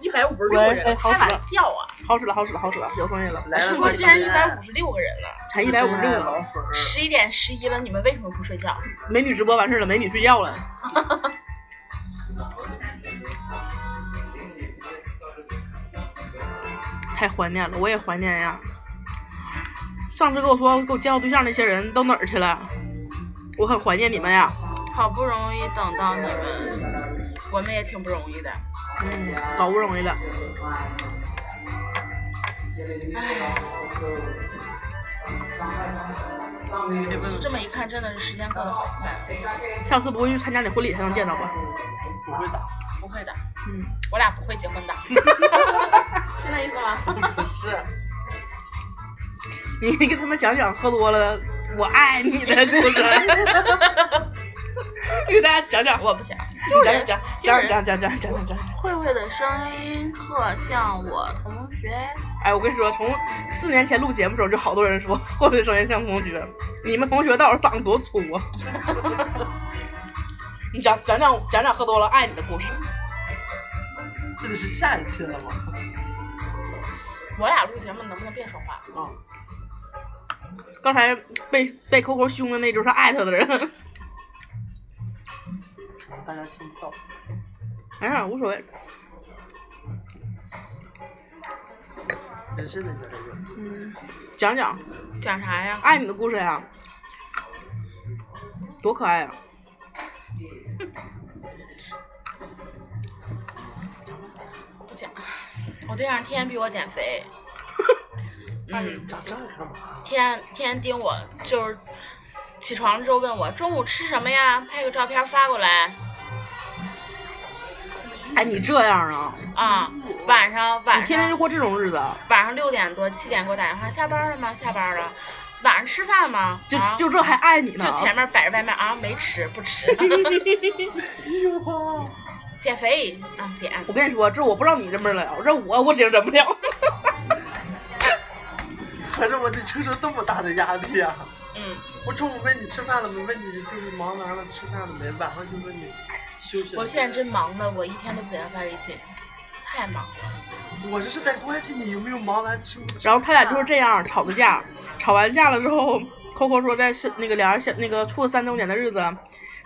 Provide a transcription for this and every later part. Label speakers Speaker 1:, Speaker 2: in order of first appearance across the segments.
Speaker 1: 一百五十六个
Speaker 2: 哎喂
Speaker 1: 人，
Speaker 2: 好
Speaker 1: 开
Speaker 2: 使了
Speaker 1: 玩笑啊！
Speaker 2: 好使了，好使了，好使了，有声音了，
Speaker 3: 来啊了
Speaker 1: 直
Speaker 3: 来
Speaker 1: 播
Speaker 3: 了，
Speaker 1: 竟然一百五十六个人了，
Speaker 2: 才一百五十六
Speaker 3: 老
Speaker 2: 楼，
Speaker 3: 鼠。
Speaker 1: 十一点十一了，你们为什么不睡觉？
Speaker 2: 美女直播完事儿了，美女睡觉了。太怀念了，我也怀念呀。上次跟我说给我介绍对象那些人都哪儿去了？我很怀念你们呀。
Speaker 1: 好不容易等到你们，我们也挺不容易的。
Speaker 2: 嗯，老不容易了。
Speaker 1: 就这么一看，真的是时间过得好快。
Speaker 2: 下次不会去参加你婚礼才能见到吧？
Speaker 3: 不会打，
Speaker 1: 不会的，
Speaker 2: 嗯，
Speaker 1: 我俩不会结婚的，是那意思吗？
Speaker 3: 不是，
Speaker 2: 你跟他们讲讲喝多了我爱你的故事。你给大家讲讲，
Speaker 1: 我不想。
Speaker 2: 你讲讲讲讲讲讲讲讲讲。
Speaker 1: 慧慧的声音特像我同学，
Speaker 2: 哎，我跟你说，从四年前录节目的时候，就好多人说 后面声音像同学，你们同学到底嗓子多粗啊？ 你讲讲讲讲讲喝多了爱你的故事，
Speaker 3: 这个是下一期了吗？
Speaker 1: 我俩录节目能不能别说话？
Speaker 3: 啊、
Speaker 2: 刚才被被扣扣凶的那就是爱他的人。
Speaker 3: 大家听不到。
Speaker 2: 哎呀，无所谓。
Speaker 3: 人生的越来越多，
Speaker 2: 嗯，讲讲
Speaker 1: 讲啥呀？
Speaker 2: 爱你的故事呀，多可爱呀、啊
Speaker 1: 不讲。我对象天天逼我减 肥，嗯，
Speaker 3: 讲这干嘛？
Speaker 1: 天天盯我，就是起床之后问我中午吃什么呀，拍个照片发过来
Speaker 2: 哎，你这样啊，
Speaker 1: 啊。晚上晚
Speaker 2: 你
Speaker 1: 上
Speaker 2: 天天就过这种日子，啊
Speaker 1: 晚上六点多七点给我打电话，下班了吗？下班了。晚上吃饭吗？
Speaker 2: 就
Speaker 1: 啊
Speaker 2: 就这还爱你呢？
Speaker 1: 就前面摆着外卖啊，没吃不 吃， 嗯
Speaker 3: 哎呦，
Speaker 1: 减肥啊减。
Speaker 2: 我跟你说，这我不知道你这么了，这我我接受不了。
Speaker 3: 合着我得承受这么大的压力啊！
Speaker 1: 嗯，
Speaker 3: 我中午问你吃饭了没？问你就是忙完了吃饭了没？晚上就问你休息了没。
Speaker 1: 我现在真忙的，我一天都不给他发微信，太 忙了。
Speaker 3: 我这是在关心你有没有忙完吃。
Speaker 2: 然后他俩就是这样吵的架，吵完架了之后，Coco 说在是那个俩人相那个处了三周年的日子，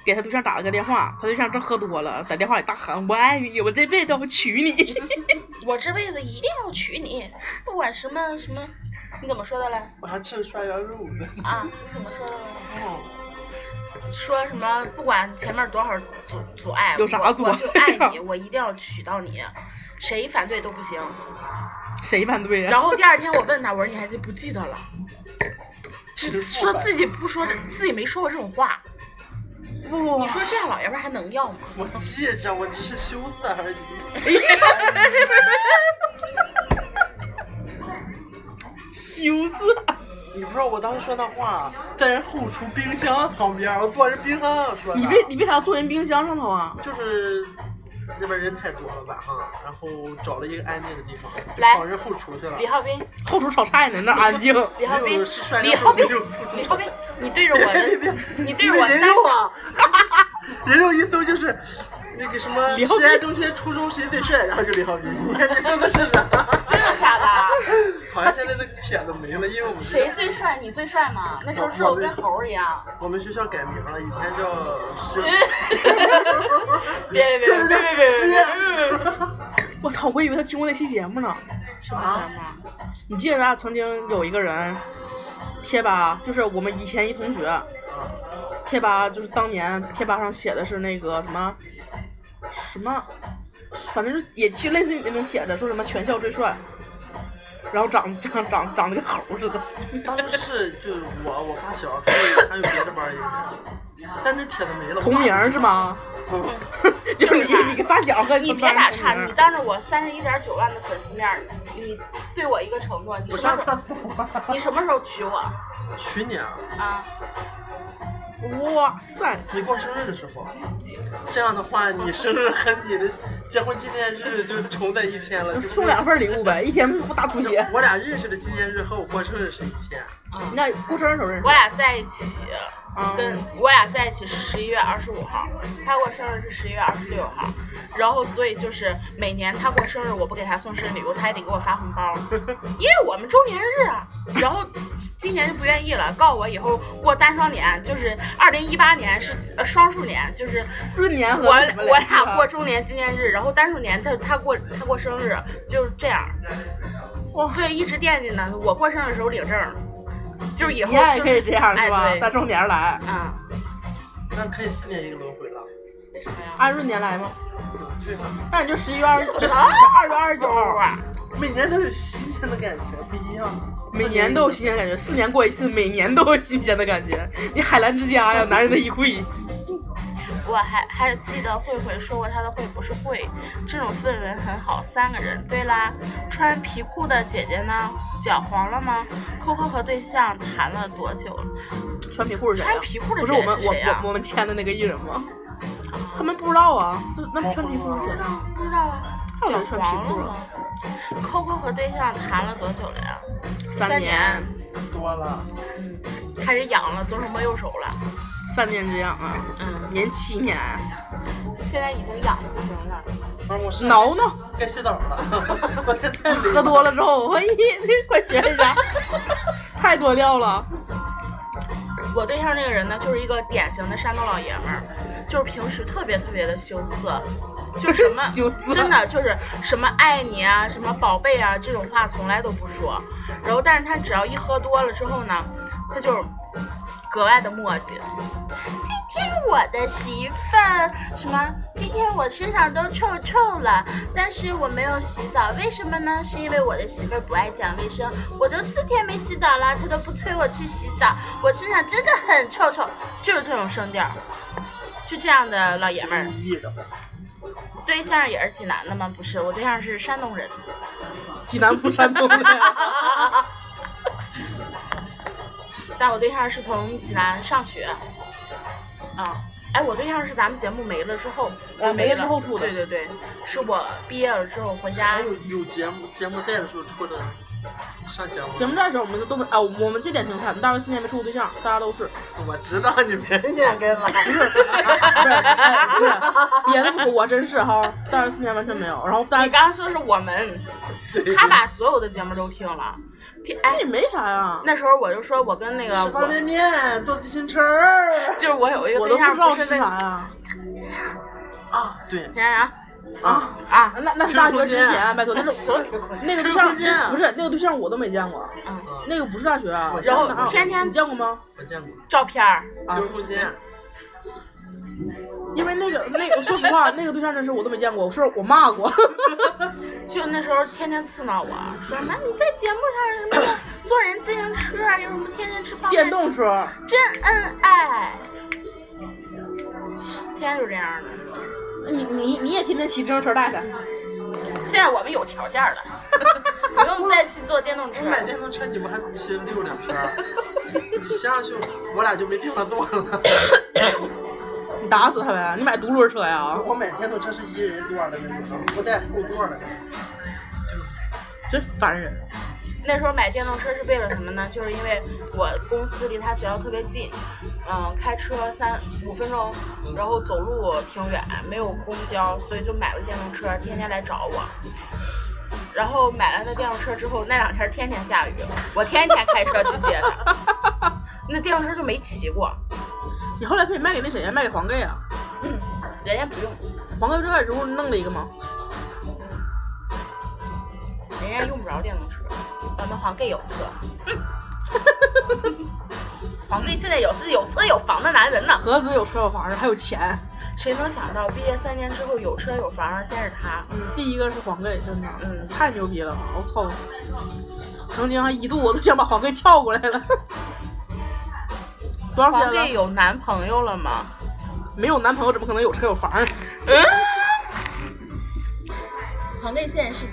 Speaker 2: 给他对象打了个电话，他对象正喝多了，在电话里大喊我爱你，我这辈子都不娶你。
Speaker 1: 我这辈子一定要娶你，不管什么什么，你怎么说的来？
Speaker 3: 我还吃了涮羊肉呢。
Speaker 1: 啊，你怎么说的来？
Speaker 3: 哦，
Speaker 1: 说什么？不管前面多少阻阻碍，
Speaker 2: 有啥
Speaker 1: 我
Speaker 2: 阻
Speaker 1: 我
Speaker 2: 碍
Speaker 1: 就爱你，我一定要娶到你，谁反对都不行。
Speaker 2: 谁反对啊呀、
Speaker 1: 然后第二天我问他，我说你还记不记得了？只说自己不说，自己没说过这种话。
Speaker 2: 不，
Speaker 1: 你说这样老爷们儿还能要吗？
Speaker 3: 我记着，我只是羞涩而已。
Speaker 2: 羞涩。
Speaker 3: 你不知道我当时说那话，在人后厨冰箱旁边，我坐人冰箱上说的。
Speaker 2: 你为你为啥坐人冰箱上头啊？
Speaker 3: 就是那边人太多了晚上，然后找了一个安静的地方，
Speaker 1: 来
Speaker 3: 跑人后厨去了。
Speaker 1: 李浩斌，
Speaker 2: 后厨炒菜呢，那安静。
Speaker 1: 李浩
Speaker 3: 没
Speaker 1: 斌
Speaker 3: 有是帅，
Speaker 1: 李浩斌
Speaker 3: 没有后，厨
Speaker 1: 李浩斌，你对着我
Speaker 3: 别别别
Speaker 1: 的，，你对着我
Speaker 3: 人
Speaker 1: 撒
Speaker 3: 肉
Speaker 1: 手，
Speaker 3: 啊！人肉一搜就是那个什么
Speaker 2: 李浩
Speaker 3: 实
Speaker 2: 斌
Speaker 3: 验中学初中谁最帅，然后就李浩斌，你看你刚才是啥？
Speaker 1: 真的假的？
Speaker 3: 好像现在那个帖子没了，因为我们
Speaker 1: 谁最帅？你最帅吗？那时候瘦跟猴儿一样。
Speaker 3: 我们学校改名了，以前叫实
Speaker 1: 别别别别别别别别！
Speaker 2: 我操，我以为他听过那期节目呢。
Speaker 1: 什么什
Speaker 3: 啊
Speaker 1: 么？
Speaker 2: 你记得咱俩曾经有一个人，贴吧就是我们以前一同学，
Speaker 3: 啊，
Speaker 2: 贴吧就是当年贴吧上写的是那个什么什么，反正就是也就类似于那种帖子，说什么全校最帅，然后长长长长得跟猴似的。
Speaker 3: 当时是就是我我发小，还有还有别的班儿一个人，但那帖子没了。
Speaker 2: 同名儿是吗？
Speaker 3: 不？
Speaker 2: 就是你你跟发小和
Speaker 1: 你别打岔，你当着我三十一点九万的粉丝面儿，你对我一个承诺，你
Speaker 3: 我
Speaker 1: 什么
Speaker 3: 上
Speaker 1: 时
Speaker 3: 他
Speaker 1: 候你什么时候娶我
Speaker 3: 娶你啊！
Speaker 1: 啊？
Speaker 2: 哇塞，
Speaker 3: 你过生日的时候，这样的话，你生日和你的结婚纪念日就重在一天 了。
Speaker 2: 就
Speaker 3: 对不
Speaker 2: 送两份礼物呗，一天不大出
Speaker 3: 对
Speaker 2: 血。
Speaker 3: 我俩认识的纪念日和我过生日是一天，
Speaker 1: 啊
Speaker 2: 嗯你俩过生日时候认识
Speaker 1: 我？俩在一起，
Speaker 2: 啊
Speaker 1: 跟我俩在一起是十一月二十五号，他过生日是十一月二十六号，然后所以就是每年他过生日，我不给他送生日礼物，他也得给我发红 包，因为我们周年日啊。然后今年就不愿意了，告我以后过单双年，就是二零一八年是呃双数年，就是
Speaker 2: 闰年和
Speaker 1: 我
Speaker 2: 什么啊
Speaker 1: 我
Speaker 2: 来着
Speaker 1: 俩过周年纪念日，然后单数年他他过他过生日，就是这样。所以一直惦记呢，我过生日的时候领证儿，就是以后
Speaker 2: 你俩也
Speaker 1: 就
Speaker 2: 可以这样
Speaker 1: 哎
Speaker 2: 是吧？
Speaker 1: 对
Speaker 2: 按周年来，
Speaker 1: 啊，
Speaker 3: 那可以四年一个轮回了。
Speaker 1: 为什么呀？
Speaker 2: 按闰年来吗？
Speaker 3: 对吧？
Speaker 2: 那你就十一月二十，
Speaker 1: 你
Speaker 2: 就
Speaker 1: 怎么
Speaker 2: 二月二十九号，
Speaker 1: 啊
Speaker 3: 每年都有新鲜的感觉，不一样。
Speaker 2: 每年都有新鲜感觉，四年过一次，每年都有新鲜的感觉。你海澜之家呀，男人的衣柜，
Speaker 1: 我还还记得慧慧说过，她的会不是会，这种氛围很好。三个人，对啦，穿皮裤的姐姐呢？脚黄了吗？扣扣和对象谈了多久了？
Speaker 2: 穿皮裤是谁呀
Speaker 1: 穿？皮裤的
Speaker 2: 不是
Speaker 1: 姐
Speaker 2: 我
Speaker 1: 姐
Speaker 2: 们
Speaker 1: 是
Speaker 2: 我
Speaker 1: 谁啊呀
Speaker 2: 我我们签的那个艺人吗？他们不知道啊，就
Speaker 1: 哦
Speaker 2: 那穿皮裤是谁？
Speaker 1: 不知道啊，
Speaker 2: 他
Speaker 1: 脚
Speaker 2: 老穿皮
Speaker 1: 黄了
Speaker 2: 裤啊了
Speaker 1: 吗？扣扣和对象谈了多久了呀？
Speaker 2: 三年，
Speaker 3: 多了，
Speaker 1: 嗯，开始痒了，左手摸右手了，
Speaker 2: 三年之痒啊，
Speaker 1: 嗯，
Speaker 2: 年七年，
Speaker 1: 现在已经痒的不行了。
Speaker 3: 啊我是
Speaker 2: 挠挠。
Speaker 3: 该洗澡了，昨天太累
Speaker 2: 喝多了之后，我一这快学一下， 太多料了。
Speaker 1: 我对象这个人呢，就是一个典型的山东老爷们儿，就是平时特别特别的羞涩，就是什
Speaker 2: 羞
Speaker 1: 么
Speaker 2: 涩
Speaker 1: 真的就是什么爱你啊，什么宝贝啊这种话从来都不说。然后，但是他只要一喝多了之后呢，他就格外的磨叽。今天我的媳妇儿什么？今天我身上都臭臭了，但是我没有洗澡，为什么呢？是因为我的媳妇儿不爱讲卫生，我都四天没洗澡了，她都不催我去洗澡，我身上真的很臭臭，就是这种声调，就这样的老爷们儿。
Speaker 3: 意的，
Speaker 1: 对象也是济南的吗？不是，我对象是山东人。
Speaker 2: 济南不山东的呀，
Speaker 1: 但我对象是从济南上学，啊，哎，我对象是咱们节目哦没了之后，哎
Speaker 2: 啊没了
Speaker 1: 了
Speaker 2: 之后处的
Speaker 1: 对对对，是我毕业了之后回家
Speaker 3: 还，有有节目节目带的时候出的，上节目
Speaker 2: 节目这时候我们就都没啊，我们这点挺惨，大学四年没处过对象，大家都是
Speaker 3: 我知道你别掩盖 了，
Speaker 2: 不是不是、哎不是别的不说，我真是哈，大学四年完全没有。然后大
Speaker 1: 你
Speaker 2: 家
Speaker 1: 刚刚说是我们，他把所有的节目都听了，听哎
Speaker 2: 那，也没啥呀，
Speaker 1: 那时候我就说我跟那个
Speaker 3: 吃方
Speaker 1: 我
Speaker 3: 便面，做自行车儿
Speaker 1: 就是我有一个
Speaker 2: 我都
Speaker 1: 对
Speaker 2: 不
Speaker 1: 象
Speaker 2: 知道
Speaker 1: 是
Speaker 2: 是
Speaker 1: 那
Speaker 2: 啥
Speaker 1: 个
Speaker 2: 呀。
Speaker 3: 啊，对
Speaker 1: 啥啥
Speaker 3: 啊，
Speaker 1: 啊，
Speaker 2: 那那是大学之前，拜托，那是
Speaker 1: 所有
Speaker 2: 那个对
Speaker 3: 空间啊
Speaker 2: 象不是那个对象我都没见过，
Speaker 1: 嗯，
Speaker 2: 那个不是大学啊
Speaker 3: 我。见
Speaker 2: 然后
Speaker 3: 过
Speaker 2: 哪有
Speaker 1: 天天
Speaker 2: 你见过吗？
Speaker 3: 我见过，
Speaker 1: 照片儿
Speaker 2: 啊
Speaker 3: 就是空间，
Speaker 2: 因为那个那个，说实话，那个对象真是我都没见过，我说我骂 过，
Speaker 1: 就那时候天天刺挠我，说那你在节目上什么的坐人自行车啊，有什么天天吃泡面
Speaker 2: 电，动车，
Speaker 1: 真恩爱，天天就这样的。
Speaker 2: 你你你也天天骑自行车带他，
Speaker 1: 现在我们有条 件了，不用再去坐电动车
Speaker 3: 我。买电动车你们还骑六两圈 儿，你想想就我俩就没地方坐 了。
Speaker 2: 你打死他呗，你买独轮车呀，
Speaker 3: 啊我买电动车是一人座的那种，不带后座的。
Speaker 2: 真烦人。
Speaker 1: 那时候买电动车是为了什么呢？就是因为我公司离他学校特别近，嗯，开车三五分钟，然后走路挺远，没有公交，所以就买了电动车，天天来找我。然后买了那电动车之后，那两天天天下雨，我天天开车去接他， 那电动车就没骑过，
Speaker 2: 你后来可以卖给那谁呀？卖给黄盖呀？
Speaker 1: 嗯，人家不用，
Speaker 2: 黄盖不这时候弄了一个吗？
Speaker 1: 人家用不着电动车，我们黄 gay 有 车，嗯、黄 gay 现在有是有车有房的男人呢。
Speaker 2: 何止有车有房子，还有钱。
Speaker 1: 谁能想到毕业三年之后有车有房儿，先是他。
Speaker 2: 嗯，第一个是黄盖，真的，
Speaker 1: 嗯
Speaker 2: 太牛逼了，我靠！曾经还一度我都想把黄盖撬过来了。 多
Speaker 1: 黄
Speaker 2: 少
Speaker 1: 队
Speaker 2: 天了？
Speaker 1: 有男朋友了吗？
Speaker 2: 没有 男朋友怎么可能有车有房？
Speaker 1: 黄队现在是